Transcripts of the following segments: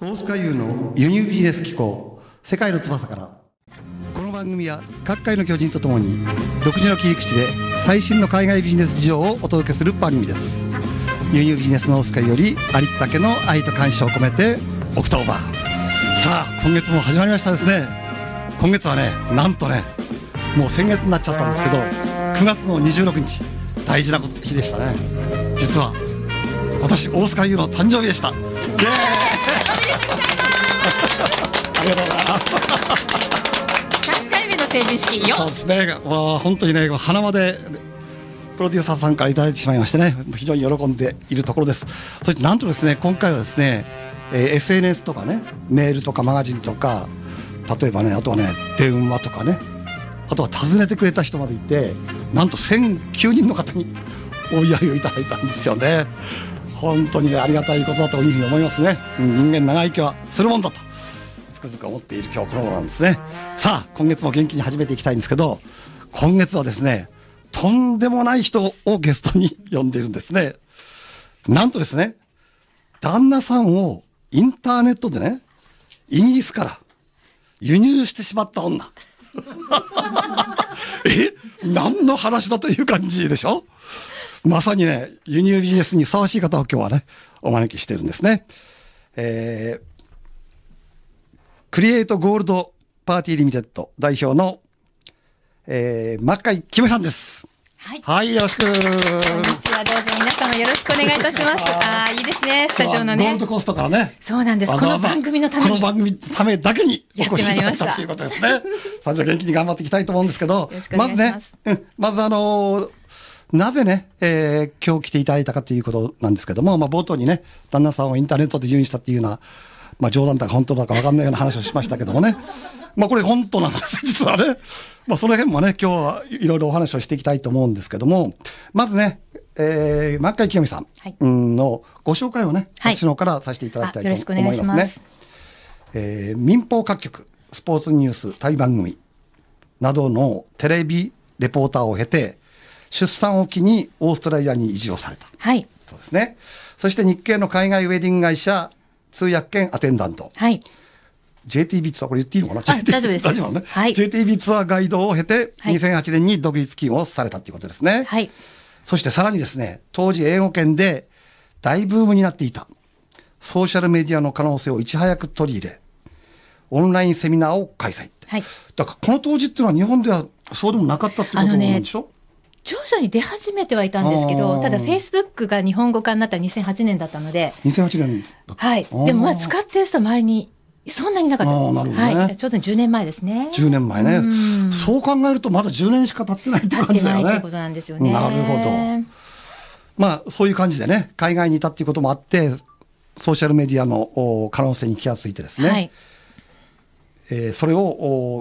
大塚優の輸入ビジネス機構世界の翼からこの番組は各界の巨人とともに独自の切り口で最新の海外ビジネス事情をお届けする番組です輸入ビジネスの大塚優よりありったけの愛と感謝を込めてオクトーバーさあ今月も始まりましたですね今月はねなんとねもう先月になっちゃったんですけど9月の26日大事なこと日でしたね実は私大塚優の誕生日でしたイエーイありがとうございます3回目の成人式よそうですね、わあ本当にね、花までプロデューサーさんからいただいてしまいましてね、非常に喜んでいるところです。そしてなんとですね、今回はですね、えー SNS とかね、メールとかマガジンとか、例えばね、あとはね、電話とかね、あとは訪ねてくれた人までいて、なんと1009人の方にお祝いをいただいたんですよね。本当にね、ありがたいことだというふうに思いますね。うん人間長生きはするもんだと。つくづく思っている今日この頃なんですねさあ今月も元気に始めていきたいんですけど今月はですねとんでもない人をゲストに呼んでいるんですねなんとですね旦那さんをインターネットでねイギリスから輸入してしまった女 え何の話だという感じでしょまさにね輸入ビジネスにふさわしい方を今日はねお招きしてるんですねえー、クリエイトゴールドパーティーリミテッド代表の、えー、真っ赤キムさんです。はいはい、よろしく。こんにちはどうぞ皆様よろしくお願いいたしますあーいいですねスタジオのゴーねルドコーストからね。そうなんですわざわざこの番組のためにこの番組のためだけにお越しいただやいってたまいりましたということですね。さあ、じゃあ元気に頑張っていきたいと思うんですけど、ろしくお願いしますずね、うんまずあのーなぜね、えー今日来ていただいたかということなんですけども、まあ冒頭にね、旦那さんをインターネットで入院したっていうような、まあ冗談だか本当だかわかんないような話をしましたけどもね。まあこれ本当なんです、 実はね。まあその辺もね、今日はいろいろお話をしていきたいと思うんですけども、まずね、えー、真っ赤清美さんはいうんのご紹介をね、はい私の方からさせていただきたいと思いますね。あよろしくお願いしますえー民放各局スポーツニュース対番組などのテレビレポーターを経て出産を機にオーストラリアに移住をされたはいそうですねそして日系の海外ウェディング会社通訳兼アテンダントはい JTB ツアーこれ言っていいのかなあ JTB 大丈夫です大丈夫なのね、はい JTB ツアーガイドを経てはい2008年に独立起業をされたということですね、はいそしてさらにですね、当時英語圏で大ブームになっていた、ソーシャルメディアの可能性をいち早く取り入れ、オンラインセミナーを開催。はいだからこの当時っていうのは日本ではそうでもなかったってことあなのんねでしょ、徐々に出始めてはいたんですけあどーただフェイスブックが日本語化になった2008年だったので ?2008 年だった。はいでもまああー使ってる人は周りにそんなにいなかったあーなるほどねはいちょうど10年前ですね10年前ねう。んそう考えるとまだ10年しか経ってないって経感ってじだないってよことね。なんですよねなるほどまあそういう感じでね、海外にいたっていうこともあって、ソーシャルメディアのお可能性に気がついてですね、はいえーそれを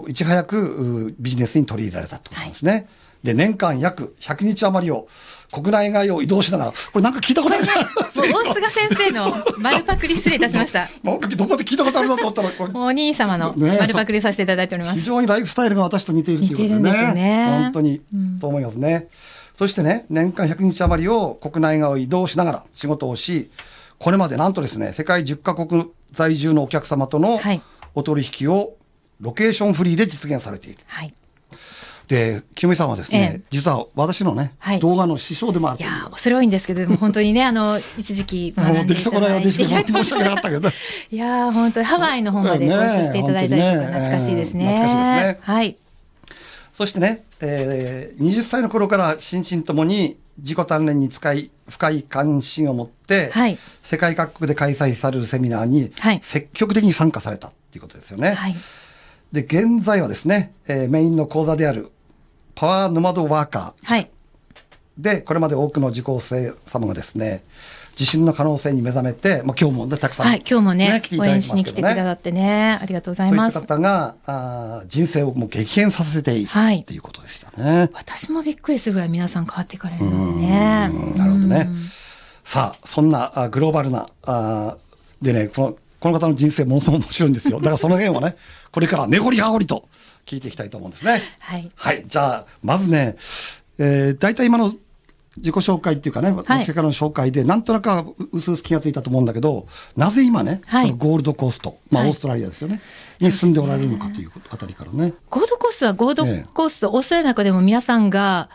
おいち早くうビジネスに取り入れられたってことなんですね。で、年間約100日余りを国内外を移動しながら、これなんか聞いたことあるじゃん。もう大菅先生の丸パクリ失礼いたし ました。なんかどこで聞いたことあるなと思ったら、これ もうお兄様のねえ丸パクリさせていただいておりま非す。常にライフスタイルが私と似ているということでね。似てるんですよね本当に、そう思いますね。そしてね、年間100日余りを国内側を移動しながら仕事をし、これまでなんとですね、世界10カ国在住のお客様とのはいお取引をロケーションフリーで実現されている。はい。で、清美さんはですね、ええ実は私のね、はい動画の師匠でもあるいというやー、恐れ多いんですけど、でも本当にね、あの、一時期学もうんででいきそたこないだいて。私でいや申し訳なかったけど。いやー、本当にハワイの方 までご一緒していただいたりとか、ねえ懐かしいですね。ええ懐かしいですねはい。 そしてね、えー20歳の頃から心身ともに自己鍛錬に使い、深い関心を持って、はい世界各国で開催されるセミナーにはい積極的に参加されたっていうことですよね。はい。で、現在はですね、えーメインの講座であるパワーノマドワーカーはい。で、これまで多くの受講生様がですね、自信の可能性に目覚めて、まあ、今日もね、たくさん、はい。今日もね、来てい応ただいて援ますしけにど来てくださってね、ありがとうございそういまったす。方があー人生をもう激変させているはいということでしたね。私もびっくりするぐらい皆さん変わっていかれるのでねう。んなるほどね。さあそんなあグローバルなあでねこのこの方の人生ものすごく面白いんですよ。だからその辺はねこれから根掘り葉掘りと聞いていきたいと思うんですね。はいはいじゃあまずね、えー、大体今の自己紹介っていうかね、私からの紹介で、なんとなくはうすうす気がついたと思うんだけど、なぜ今ね、はいそのゴールドコースト、まあ、はいオーストラリアですよね、に住んでおられるのかということあたりからね。ゴールドコーストはゴールドコースト、オーストラリアの中でも皆さんが、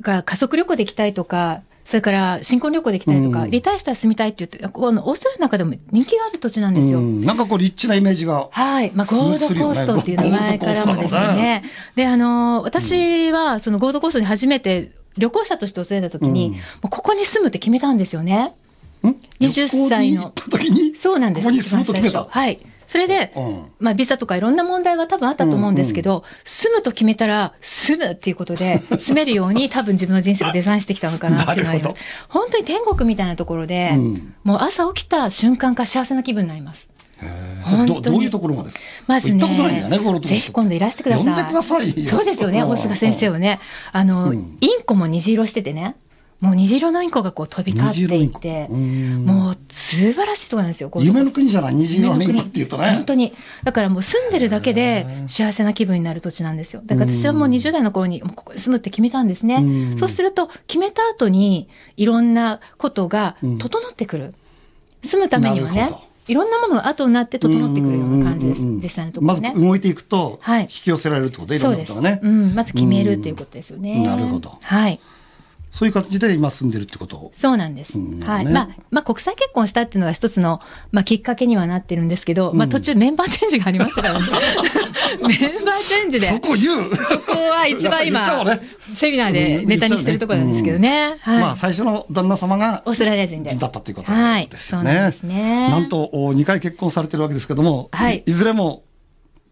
が家族旅行で行きたいとか、それから新婚旅行で行きたいとか、うんリタイアしたら住みたいって言って、このオーストラリアの中でも人気がある土地なんですよ。うんなんかこう、立地なイメージが。はい。まあ、すゴールドコーストっていう名前からもゴールドコーですストなのね。で、あの、私は、そのゴールドコーストに初めて旅行者として訪れた時に、うんもうここに住むって決めたんですよね。ん20歳旅の行に行った時に、そうなんです。ここに住むと決め一た番。最初はい。それで、うんまあ、ビザとかいろんな問題は多分あったと思うんですけど、住むと決めたら、住むっていうことで、住めるように多分自分の人生をデザインしてきたのかなっていうのはありまなるす。本当に天国みたいなところで、うんもう朝起きた瞬間から幸せな気分になります。へーそれど本ど当にういうところがですかまず行ね、ったことないんだよね、ゴールドコーストってぜひ今度いらしてください。呼んでくださいよそうですよね、うん大菅先生をね。あの、うんインコも虹色しててね、もう虹色のインコがこう飛び交っていて、虹色のインコうんもう素晴らしいところなんですよ、ゴールドコ夢ーのスト国じゃない、虹色の夢今のっ国ていうと本ね。当に。だからもう住んでるだけで幸せな気分になる土地なんですよ。だから私はもう20代の頃にもうここに住むって決めたんですねう。んそうすると決めた後にいろんなことがうん整ってくる。住むためにはなねるほど、いろんなものが後になって整ってくるような感じでうす。んうんうん実際のところねまず。動いていくと、はい引き寄せられるってことで、いろそんうなでこす。とがね。うん。まず決めるということですようんね。なるほどはい。そういう形で今住んでるってこと。そうなんです。うんはい。ねまあ、まあ、国際結婚したっていうのが一つの、まあ、きっかけにはなってるんですけど、まあ、途中メンバーチェンジがありまし たからね。メンバーチェンジで。そこ言うそこは一番今言っちゃおうね、セミナーでネタにしてるところなんですけどね。まはあい。最初の旦那様がオーストラリア人で。人だったということはい。ですそようね。なんですね。なんとお2回結婚されてるわけですけども、はいいずれも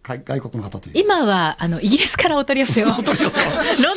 外外国の方という。今は、あの、イギリスからお取り寄せを。ロン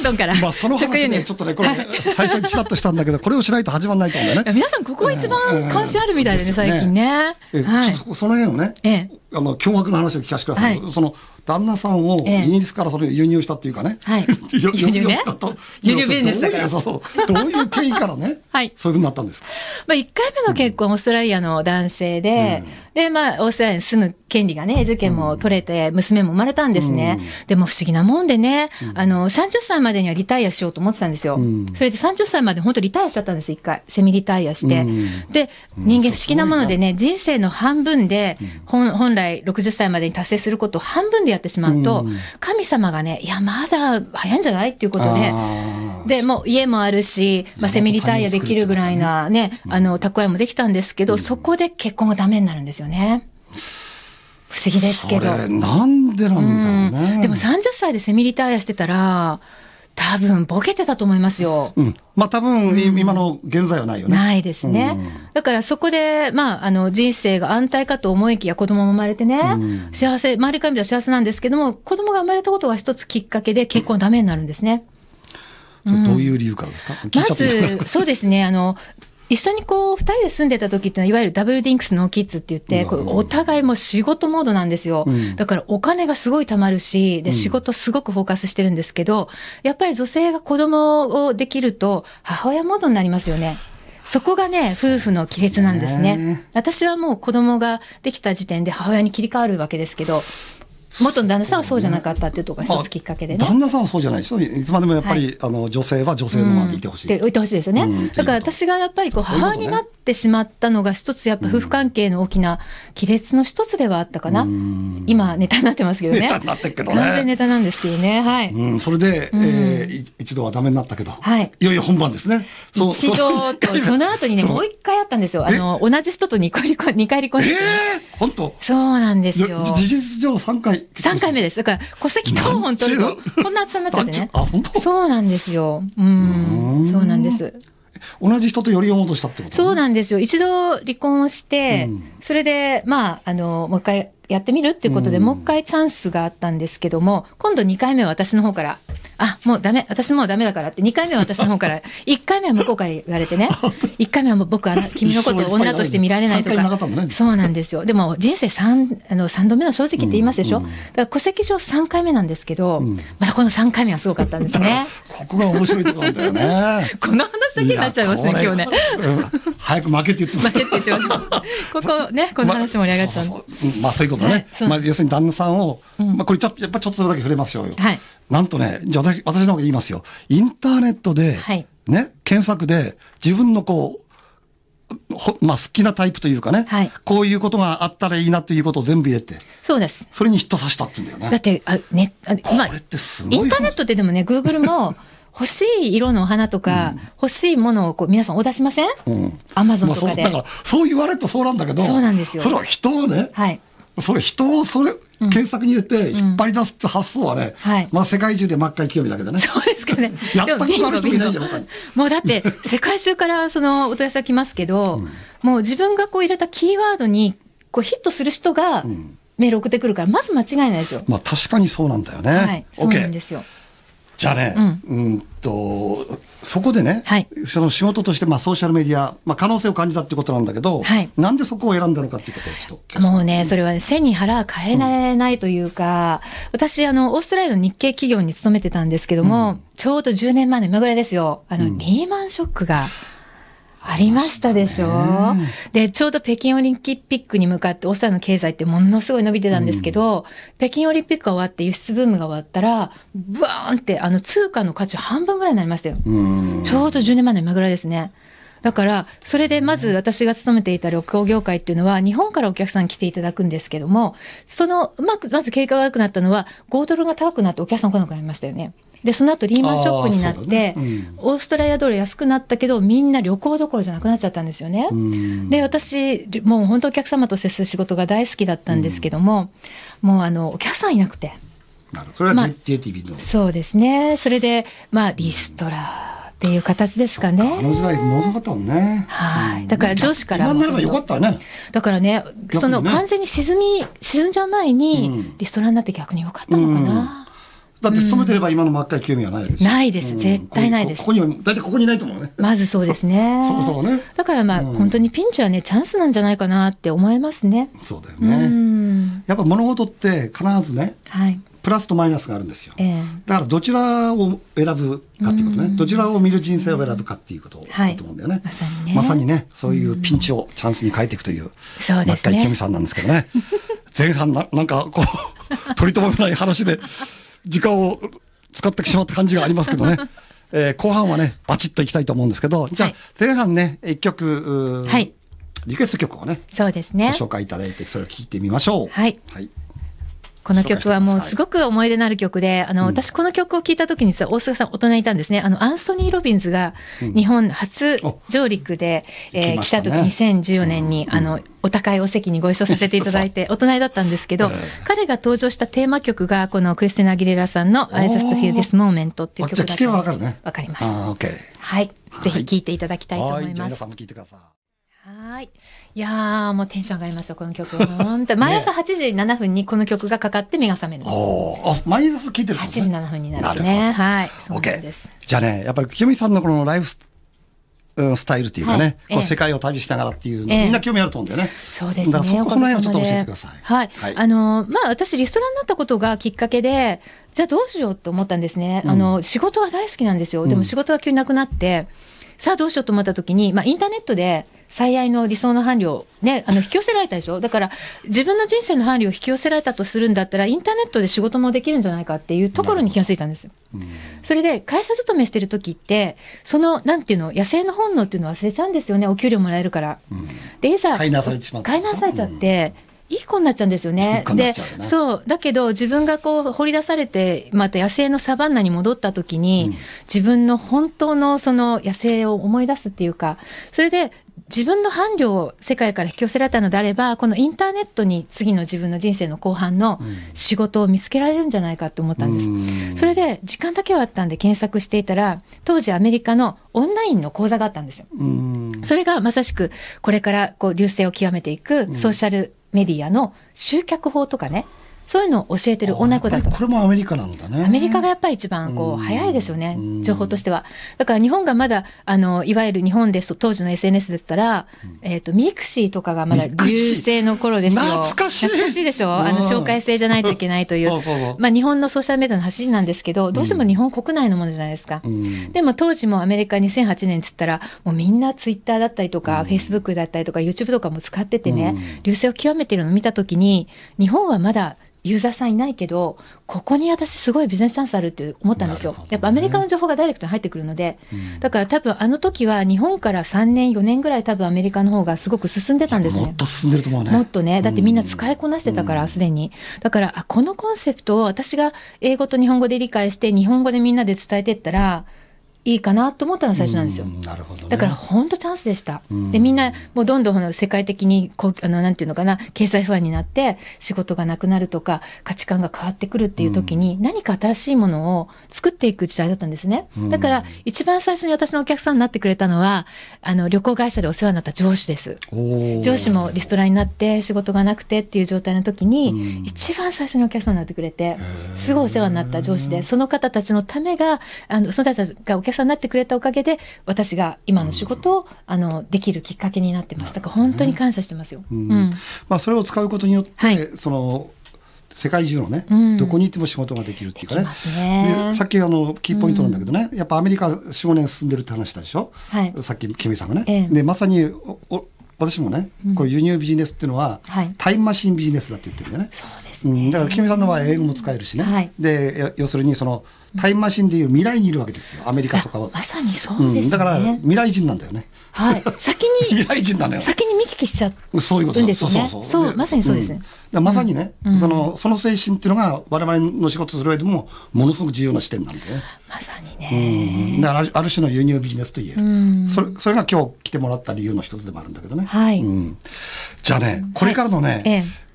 ドンから。まあその直話輸入ね、ちょっと ね、これ、最初にちらっとしたんだけど、これをしないと始まらないと思うんだよいやね。皆さん、ここが一番関心あるみたいでうね、んですよね最近ね。えはちょいっと。そこその辺をね、ええあの、驚愕の話を聞かせてください。はいその、旦那さんをええイギリスからそれを輸入したっていうかね。はいよ輸入ねよよと輸入ビジネスだからどういうそうそう。どういう経緯からね、はいそういうふうになったんですか。まあ、1回目の結婚、オーストラリアの男性で、で、まあ、オーストラリアに住む権利がね、受験も取れて、娘も生まれたんですね。でも不思議なもんでね、あの、30歳までにはリタイアしようと思ってたんですよ。んそれで30歳まで本当リタイアしちゃったんです、1回。セミリタイアして。うんで、人間不思議なものでね、人生の半分で、本本来60歳までに達成することを半分でやってしまうと、うん神様がね、いや、まだ早いんじゃないっていうことで、あーで、もう家もあるし、まあ、セミリタイアできるぐらいなね、あの、蓄えもできたんですけど、そこで結婚がダメになるんですよね。不思議ですけど。それなんでなんだろうね。でも30歳でセミリタイアしてたら、多分ボケてたと思いますよ。うん、まあ多分、今の現在はないよね。ないですね。だからそこで、まあ、あの、人生が安泰かと思いきや子供も生まれてね、うん幸せ、周りから見たら幸せなんですけども、子供が生まれたことが一つきっかけで結婚ダメになるんですね。それどういう理由からですか、聞いまちゃっていいですかず、そうですね、あの、一緒にこう、二人で住んでた時っていうのは、いわゆるダブルディンクスのキッズって言って、うんこうお互いもう仕事モードなんですよ。うんだからお金がすごい貯まるし、で、仕事すごくフォーカスしてるんですけど、やっぱり女性が子供をできると、母親モードになりますよね。そこがね、夫婦の亀裂なんですねね。私はもう子供ができた時点で母親に切り替わるわけですけど、元の旦那さんはそうじゃなかったっていうところが一つきっかけでね。まあ旦那さんはそうじゃないでしょいつまでもやっぱり、はあの女性は女性のままでいてほしい。で置いてほしいですよね、うんだから私がやっぱりこうそういうこ母と親ねになってしまったのが一つやっぱ夫婦関係の大きな亀裂の一つではあったかな、ん今ネタになってますけどねネタになってっけどね完全ネタなんですけどねはい、うん、それで、えーい一度はダメになったけど、はいよいよ本番ですね。そう一度と、その後にね、もう一回あったんですよ。あの、同じ人と二回離婚、二回離婚えして、ー、本当そうなんですじよ。事実上三回。三回目で。です。だから、戸籍謄本取るなんとちゅ、うこんな厚さになっちゃっなんてねちゅう。あ本当そうなんですよ。うん。うんそうなんです。同じ人とより戻したってこと、そうなんですよ。一度離婚をして、うんそれで、まあ、あの、もう一回やってみるっていうことで、うんもう一回チャンスがあったんですけども、今度2回目は私の方から、あ、もうダメ、私もうダメだからって、2回目は私の方から、1回 目は向こうから言われてね、1回目はもう僕はあの君のことを女として見られないと一生いっぱいだね三回なかかったんだ、ねそうなんですよ。でも人生3、あの、3度目の正直って言いますでしょ、うんうんだから戸籍上3回目なんですけど、んまだこの3回目はすごかったんです ね。ここが面白いところなんだよね。 この話だけになっちゃいますね、や今日ねこ。れうん早く負けって言ってます負けって言ってま した。ここね、この話盛り上がっちゃうんまでそうそうそううんまあそういうことはいねそう。なんまあ要するに旦那さんを、まあこれちょっとやっぱちょっとだけ触れましょうよ。はいなんとね、じゃあ私私の方が言いますよ。インターネットで、はいね、検索で自分のこう、ほまあ、好きなタイプというかね、はいこういうことがあったらいいなということを全部入れて、そうです。それにヒットさせたって言うんだよだね。って、あ、ね、あこまあれってすごいインターネットででもね、グーグルも、欲しい色のお花とか、欲しいものをこう皆さんお出しませんうんアマゾまンあ、とそうかだで。からそう言われるとそうなんだけどそうなんですよそれは人をね、はい。 それ人をそれ、検索に入れて引っ張り出すって発想はね、はいまあ世界中で真っ赤い清美だけどね。。そうですかねやったことある人いないじゃんでも他にもうだって、世界中からそのお問い合わせが来ますけど、もう自分がこう入れたキーワードにこうヒットする人がメール送ってくるから、まず間違いないですよ。まあ確かにそうなんだよね。はい。そうなんで OK。すよ。じゃあね、うん、と、そこでね、はいその仕事として、まあソーシャルメディア、まあ可能性を感じたってことなんだけど、はいなんでそこを選んだのかっていうことをちょっと聞かせて。もうね、それはね、背に腹は変えられないというか、私、あの、オーストラリアの日系企業に勤めてたんですけども、ちょうど10年前の今ぐらいですよ、あの、リーマンショックが。ありましたでしょで、ちょうど北京オリンピックに向かって、オーストラリアの経済ってものすごい伸びてたんですけど、北京オリンピックが終わって輸出ブームが終わったら、ブワーンって、あの、通貨の価値半分ぐらいになりましたよ。うん。ちょうど10年前の今ぐらいですね。だから、それでまず私が勤めていた旅行業界っていうのは、日本からお客さん来ていただくんですけども、その、うまく、まず経過が悪くなったのは、5ドルが高くなってお客さん来なくなりましたよね。で、その後リーマンショックになっあーて、そうだねうんオーストラリアドル安くなったけど、みんな旅行どころじゃなくなっちゃったんですよね。んで、私、もう本当お客様と接する仕事が大好きだったんですけども、もうあの、お客さんいなくて。なるほどそれまはあ JTB の。そうですね。それで、まあ、リストラっていう形ですかね。あの時代、ものかったもんね。はい。だから上司から今もになればよかったね。だからねね、その完全に沈み、沈んじゃう前うんに、リストラになって逆によかったのかな。だって勤めてれば今の真っ赤い清美はないでしょないです絶対ないですここにここには、大体ここにいないと思うね。まずそうですね。そもそもねだからまあ、うん本当にピンチはね、チャンスなんじゃないかなって思いますね。そうだようね。ん。やっぱ物事って必ずね、はい。プラスとマイナスがあるんですよ。ええだからどちらを選ぶかっていうことね、どちらを見る人生を選ぶかっていうことはだいと思うんだよね。まさにねまさにね、そういうピンチをチャンスに変えていくという、そう真っですね赤い清美さんなんですけどね。前半な、なんかこう、 取り留めもない話で、時間を使ってしまった感じがありますけど ね。えー後半はね、バチッといきたいと思うんですけど、じゃあはい前半ね、一曲、うーはいリクエスト曲をね、そうですごね。紹介いただいて、それを聞いてみましょう。はいはい。この曲はもうすごく思い出のある曲で、あの、私この曲を聴いた時にさ、大菅さん大人いたんですね。あの、アンソニー・ロビンズが日本初上陸で、おえー行きま来したたね時2014年に、あの、お高いお席にご一緒させていただいて、大人だったんですけど、ええ彼が登場したテーマ曲が、このクリスティナ・アギレラさんの I just feel this moment っていうあ曲じゃあだった聞けばわかるね。わかります。ああ、OK。はい。はいぜひ聴いていただきたいと思はいじゃあま皆す。さんも聞いてください。はい。いやー、もうテンション上がりますよ、この曲。本当 に毎朝8時7分にこの曲がかかって目が覚めるの。おーあ、毎朝聞いてるん8です時ね7分になるなね。るほどはい。そうなんで OK す。。じゃあね、やっぱり清美さんのこのライフスうんスタイルっていうかね、はいこうええ世界を旅しながらっていうの、ええみんな興味あると思うんだよね。そうですね。だからそこおかそのげ辺をちょっと教えさまてでください。はい。あの、まあ、私、リストラになったことがきっかけで、じゃあどうしようと思ったんですね。あの、仕事が大好きなんですよ。でも仕事が急になくなって、さあどうしようと思った時に、まあ、インターネットで最愛の理想の伴侶をね、あの、引き寄せられたでしょだから、自分の人生の伴侶を引き寄せられたとするんだったら、インターネットで仕事もできるんじゃないかっていうところに気がついたんですよ。それで会社勤めしてる時って、その、なんていうの、野生の本能っていうのを忘れちゃうんですよね、お給料もらえるから。で、いざ、飼いなされてしまった飼いなされちゃって、いい子になっちゃうんですよね。いい子になっちゃうよねで、そう。だけど、自分がこう、掘り出されて、また野生のサバンナに戻った時に、自分の本当のその野生を思い出すっていうか、それで、自分の伴侶を世界から引き寄せられたのであれば、このインターネットに次の自分の人生の後半の仕事を見つけられるんじゃないかと思ったんです。うんそれで、時間だけはあったんで検索していたら、当時アメリカのオンラインの講座があったんですよ。うんそれがまさしく、これからこう流星を極めていくソーシャルメディアの集客法とかね、そういうのを教えてる女の子だやっっぱたり。これもアメリカなんだね。アメリカがやっぱり一番こうんう早いですよねうん、情報としては。だから日本がまだ、あの、いわゆる日本ですと、当時の SNS だったら、えっと、ミクシーとかがまだミクシー流星の頃ですよ。懐かしい懐かしいでしょあうの、ん紹介制じゃないといけないといそうそうそうう。まあ日本のソーシャルメディアの走りなんですけど、どうしても日本国内のものじゃないですか。うんでも当時もアメリカ2008年っつったら、もうみんなツイッターだったりとか、フェイスブックだったりとか、YouTube とかも使っててね、流星を極めてるのを見たときに、日本はまだユーザーさんいないけど、ここに私すごいビジネスチャンスあるって思ったんですよ。なるほどねやっぱアメリカの情報がダイレクトに入ってくるので、だから多分あの時は日本から3年、4年ぐらい多分アメリカの方がすごく進んでたんですもねっ。と進んでると思うね。もっとね、だってみんな使い、いこなしてたから、すでに。だから、あ、このコンセプトを私が英語と日本語で理解して、日本語でみんなで伝えてったら、いいかなと思ったのが最初なんですよう。なるほどね。だから本当チャンスでした。で、みんな、もうどんどんこの世界的にこう、あの、なんていうのかな、経済不安になって、仕事がなくなるとか、価値観が変わってくるっていう時に、何か新しいものを作っていく時代だったんですね。だから、一番最初に私のお客さんになってくれたのは、あの、旅行会社でお世話になった上司です。おー上司もリストラになって仕事がなくてっていう状態の時に、うん一番最初にお客さんになってくれてすごいお世話になった上司でその方たちのためがあのその方たちがお客さんになってくれたおかげで私が今の仕事を、あのできるきっかけになってますだから本当に感謝してますよ。うんまあ、それを使うことによって、はいその世界中のね、うんどこに行っても仕事ができるっていうかでねきますねでさっきあのキーポイントなんだけどね、やっぱアメリカ45年進んでるって話したでしょ、はいさっきキミさんがね、ええでまさにおお私もね、こう輸入ビジネスっていうのは、はいタイムマシンビジネスだって言ってるんだよね。そうですうね、ん、だからキミさんの場合英語も使えるしね、はいでや要するにそのタイムマシンでいう未来にいるわけですよアメリカとかは、まさにそううですね、ん、だから未来人なんだよねはい、先 未に来人なのよ先に見聞きしちゃうそういうことんですよねそうそうでまさにそうですねんだからまさにね、そのその精神っていうのが我々の仕事する上でもものすごく重要な視点なんで、まさにうね、んだからあるある種の輸入ビジネスと言える、んそれそれが今日来てもらった理由の一つでもあるんだけどね、はいうんじゃあねこれからのね、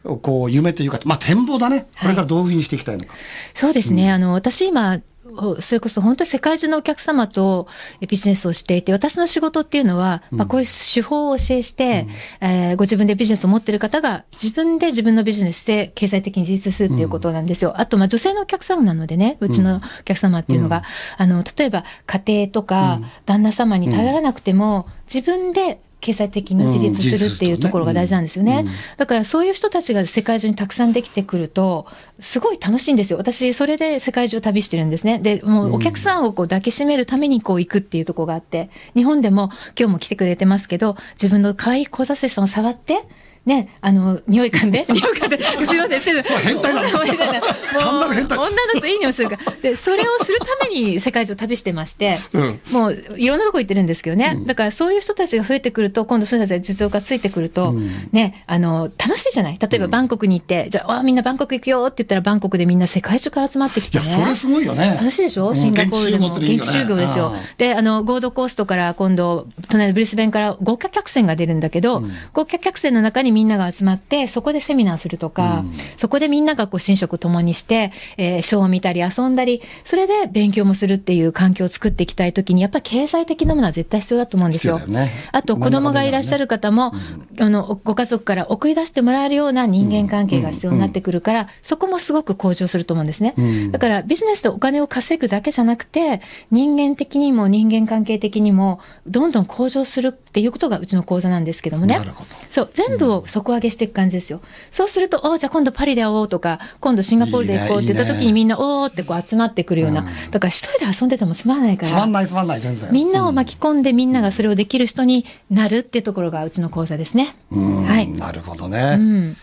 えこう夢というか、まあ、展望だねはいこれからどういうふうにしていきたいのか、そうですね。あの、私今、おそれこそ本当に世界中のお客様とえビジネスをしていて、私の仕事っていうのは、まあこういう手法を教えして、えーご自分でビジネスを持っている方が、自分で自分のビジネスで経済的に自立するっていうことなんですよ。あと、まあ女性のお客様なのでね、うちのお客様っていうのが、あの、例えば家庭とか、旦那様に頼らなくても、自分で経済的に自立するっていうところが大事なんですよね。だからそういう人たちが世界中にたくさんできてくると、すごい楽しいんですよ。私、それで世界中旅してるんですね。で、もうお客さんをこう抱きしめるためにこう行くっていうところがあって、日本でも今日も来てくれてますけど、自分の可愛い小座生さんを触って、ね、あの、匂 い感で、匂い感で、すいません、すいません。変態 だごめんなさいもう単なる変態女の人いい匂いするから。で、それをするために世界中旅してまして、うんもういろんなとこ行ってるんですけどね、だからそういう人たちが増えてくると、今度、そういう人たちが実用化ついてくると、ね、あの楽しいじゃない、例えばバンコクに行って、じゃあ、わあみんなバンコク行くよって言ったら、バンコクでみんな世界中から集まってきいてやね。それすごいよね楽しいでしょシンガポールでも。現地集合っていいよね現地集合ですようん。で、あの、ゴールドコーストから今度、隣のブリスベンから豪華客船が出るんだけど、豪華客船の中にみんなが集まって、そこでセミナーするとか、そこでみんながこう、寝食共にして、えーショーを見たり遊んだり、それで勉強もするっていう環境を作っていきたいときに、やっぱり経済的なものは絶対必要だと思うんですよ。必要だよねあと、子供がいらっしゃる方も、あの、ご家族から送り出してもらえるような人間関係が必要になってくるから、そこもすごく向上すると思うんですね。んだからビジネスでお金を稼ぐだけじゃなくて、人間的にも人間関係的にも、どんどん向上するっていうことがうちの講座なんですけどもね。なるほどそう、全部を底上げしていく感じですよ。そうすると、おーじゃあ今度パリで会おうとか、今度シンガポールで行こうって言ったいい時ねいいねにみんな、おーってこう集まってくるような。だから一人で遊んでてもつまらないかつまんら。ないつまんない全然みんなを巻き込んでみんながそれをできる人になるってところがうちの講座ですね。うんはい。なるほどね、うん。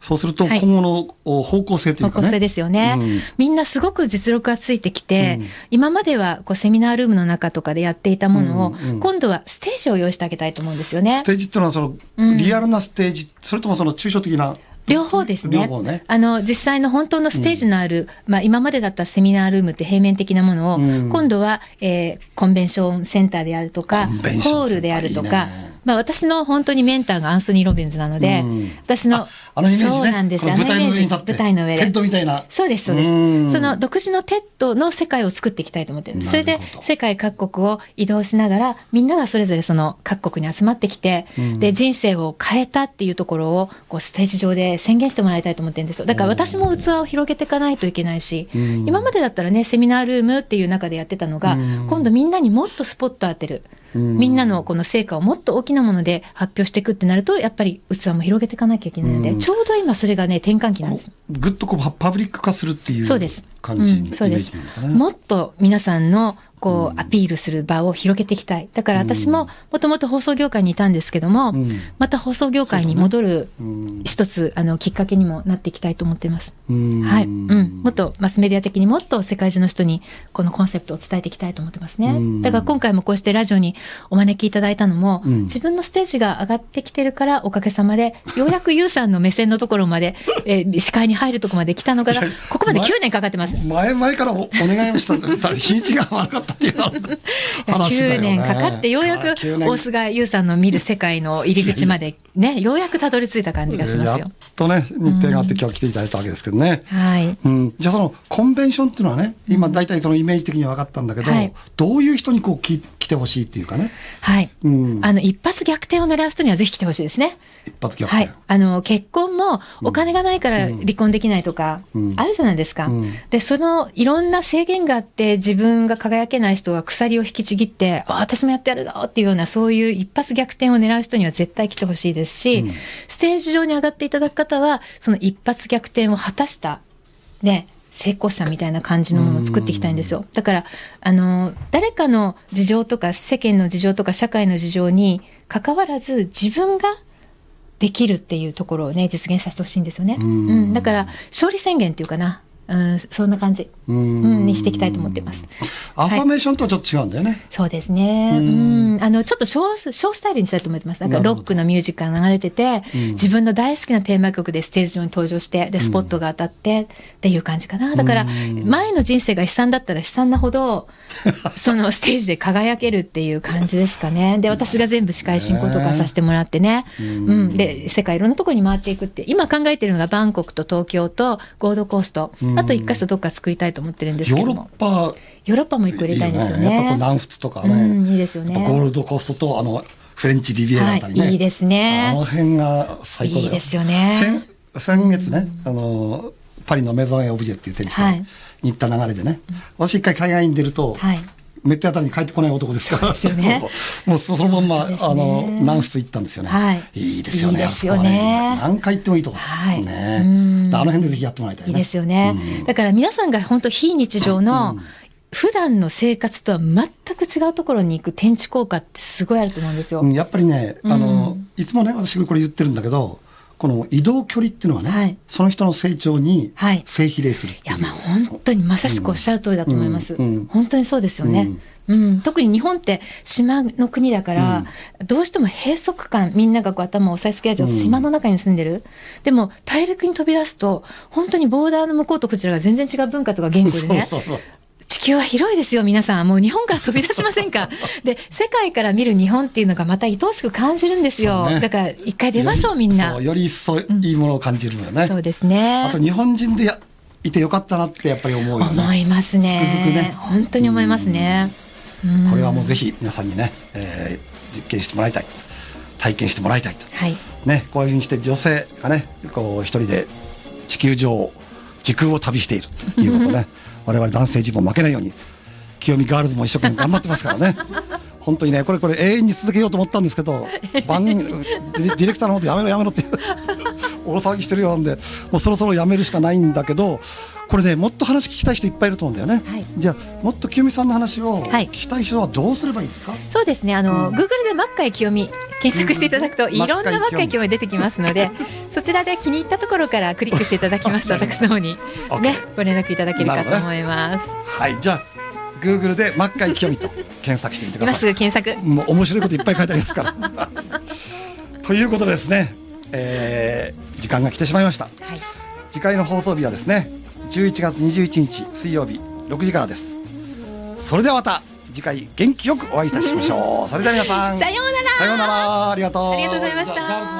そうするとは今い後のお方向性というか方ね向性ですよね、うんみんなすごく実力がついてきて、今まではこうセミナールームの中とかでやっていたものを、今度はステージを用意してあげたいと思うんですよねス。テージっていうのはその、リアルなステージそれともその抽象的な両方ですね両方ねあの実際の本当のステージのある、まあ、今までだったセミナールームって平面的なものを、今度は、えーコンベンションセンターであるとかコンベンションセンターホールであるとかいいねまあ、私の本当にメンターがアンソニー・ロビンズなので、うん私のあのイメージねそうなんですこのあの舞台イのメー上ジに立って舞台の上でテントみたいなそうです、そうです。うんその独自のテッドの世界を作っていきたいと思ってる。それなでるほど世界各国を移動しながら、みんながそれぞれその各国に集まってきて、で、人生を変えたっていうところを、こう、ステージ上で宣言してもらいたいと思ってるんですよ。だから私も器を広げていかないといけないし、今までだったらね、セミナールームっていう中でやってたのが、今度みんなにもっとスポット当てる。みんなのこの成果をもっと大きなもので発表していくってなると、やっぱり器も広げていかなきゃいけないので、ちょうど今それがね、転換期なんです。ぐっとこうパパブリック化するっていうそうです。感じ、うんそうですイメージなのかな。もっと皆さんのこう、アピールする場を広げていきたい。だから私も、もともと放送業界にいたんですけども、んまた放送業界に戻る、うん一つ、あの、きっかけにもなっていきたいと思ってます。うんはい。うん。もっとマスメディア的にもっと世界中の人にこのコンセプトを伝えていきたいと思ってますねうん。だから今回もこうしてラジオにお招きいただいたのも、うん自分のステージが上がってきてるからおかげさまで、ようやく YOU さんの目線のところま で、えー視界に入るところまで来たのかな。ここまで9年かかってます。前々からおお願いをしたんだけど 日にちが悪かったっていう 話だよね9年かかってようやく9年大須賀優さんの見る世界の入り口までね、ようやくたどり着いた感じがしますやよっ。とね日程があって今日来ていただいたわけですけどね、はい。うん、じゃあそのコンベンションっていうのはね今大体そのイメージ的には分かったんだけど、はいどういう人にこうき来てほしいっていうかね、はい。うん、あの、一発逆転を狙う人にはぜひ来てほしいですね。一発逆は転、い、あの結婚もお金がないから離婚できないとか、うんあるじゃないですか、うんでそのいろんな制限があって自分が輝けない人が鎖を引きちぎってあ私もやってやるぞっていうようなそういう一発逆転を狙う人には絶対来てほしいですし、ステージ上に上がっていただく方はその一発逆転を果たした、ね、成功者みたいな感じのものを作っていきたいんですよだからあの誰かの事情とか世間の事情とか社会の事情に関わらず自分ができるっていうところをね実現させてほしいんですよね。うんん、だから勝利宣言っていうかな、うん、そんな感じ、んうん、にしていきたいと思ってます。アファメーションとはちょっと違うんだよね、そうですね。うん、あの、ちょっとショー、ショースタイルにしたいと思ってます。なんかなるほロどックのミュージックが流れてて、自分の大好きなテーマ曲でステージ上に登場して、で、スポットが当たって、っていう感じかな。だから、前の人生が悲惨だったら悲惨なほ ど、そのステージで輝けるっていう感じですかね。で、私が全部司会進行とかさせてもらってね。うん。で、世界いろんなところに回っていくって、今考えてるのがバンコクと東京とゴールドコースト、あと一箇所どっか作りたいと思ってるんですヨけーロどッも。パヨーロッパも一個入れたいんですよいいね。やっぱこう南仏とかね,、うんいいですよねやっぱゴールドコーストとあのフレンチリビエラあたりね、はいいいですねあの辺が最高だよいいですよね先先月ね、あのパリのメゾンエオブジェっていう展示は会いに行った流れでね、私一回海外に出ると、はいめったあたりに帰ってこない男ですから、すよね そうそうもうそそのまんま、本当ですねあの南仏行ったんですよね、はいいですよねいいですよあそこはねね何回行ってもいいとこ、はいねうんあの辺でぜひやってもらいたいねいいですよね。だから皆さんが本当非日常の、普段の生活とは全く違うところに行く天地効果ってすごいあると思うんですよ。うんやっぱりね、あの、いつもね、私これ言ってるんだけど、この移動距離っていうのはね、はいその人の成長にはい正比例するっいていう。や、まあ本当にまさしくおっしゃる通りだと思います。うんうん本当にそうですよね、うん特に日本って島の国だから、どうしても閉塞感、みんながこう頭を押さえつけられてる、島の中に住んでる。でも大陸に飛び出すと、本当にボーダーの向こうとこちらが全然違う文化とか言語でね。そうそうそう。地球は広いですよ、皆さん。もう日本から飛び出しません かで、世界から見る日本っていうのがまた愛おしく感じるんですよ。そうねだから、一回出ましょう、みんそな。そううより一層いいものを感じるのよね。ですね。あと日本人でやいてよかったなってやっぱり思うよ思ね。いますね。つくづくね本当に思いますね。これはもうぜひ皆さんにね、えー実験してもらいたい。体験してもらいたいと。はい。ね、こういうふうにして女性がね、こう一人で地球上、時空を旅しているという ことね、我々男性自分も負けないように、清美ガールズも一生懸命頑張ってますからね。本当にね、これこれ永遠に続けようと思ったんですけど、番組ディレクターの方でやめろやめろって、大騒ぎしてるようなんで、もうそろそろやめるしかないんだけど、これね、もっと話聞きたい人いっぱいいると思うんだよね。はいじゃあ、もっと清美さんの話をはい聞きたい人はどうすればいいですか、そうですね。あの、Google で真っ赤い清美検索していただくと、うんいろんな真っ赤い清美出てきますので、 そちらで気に入ったところからクリックしていただ きますと、私の方に OK ね、ご連絡いただけるかと思います。はい、じゃあ、Google で真っ赤い清美と検索してみてくださ今いす。ぐ検索。もう面白いこといっぱい書いてあります から。ということでですね、えー時間が来てしまいました。はい。次回の放送日はですね、11月21日水曜日6時からです。それではまた次回元気よくお会いいたしましょう。それでは皆さん、さようならさようなら、ありがとう。ありがとうございましたガールズ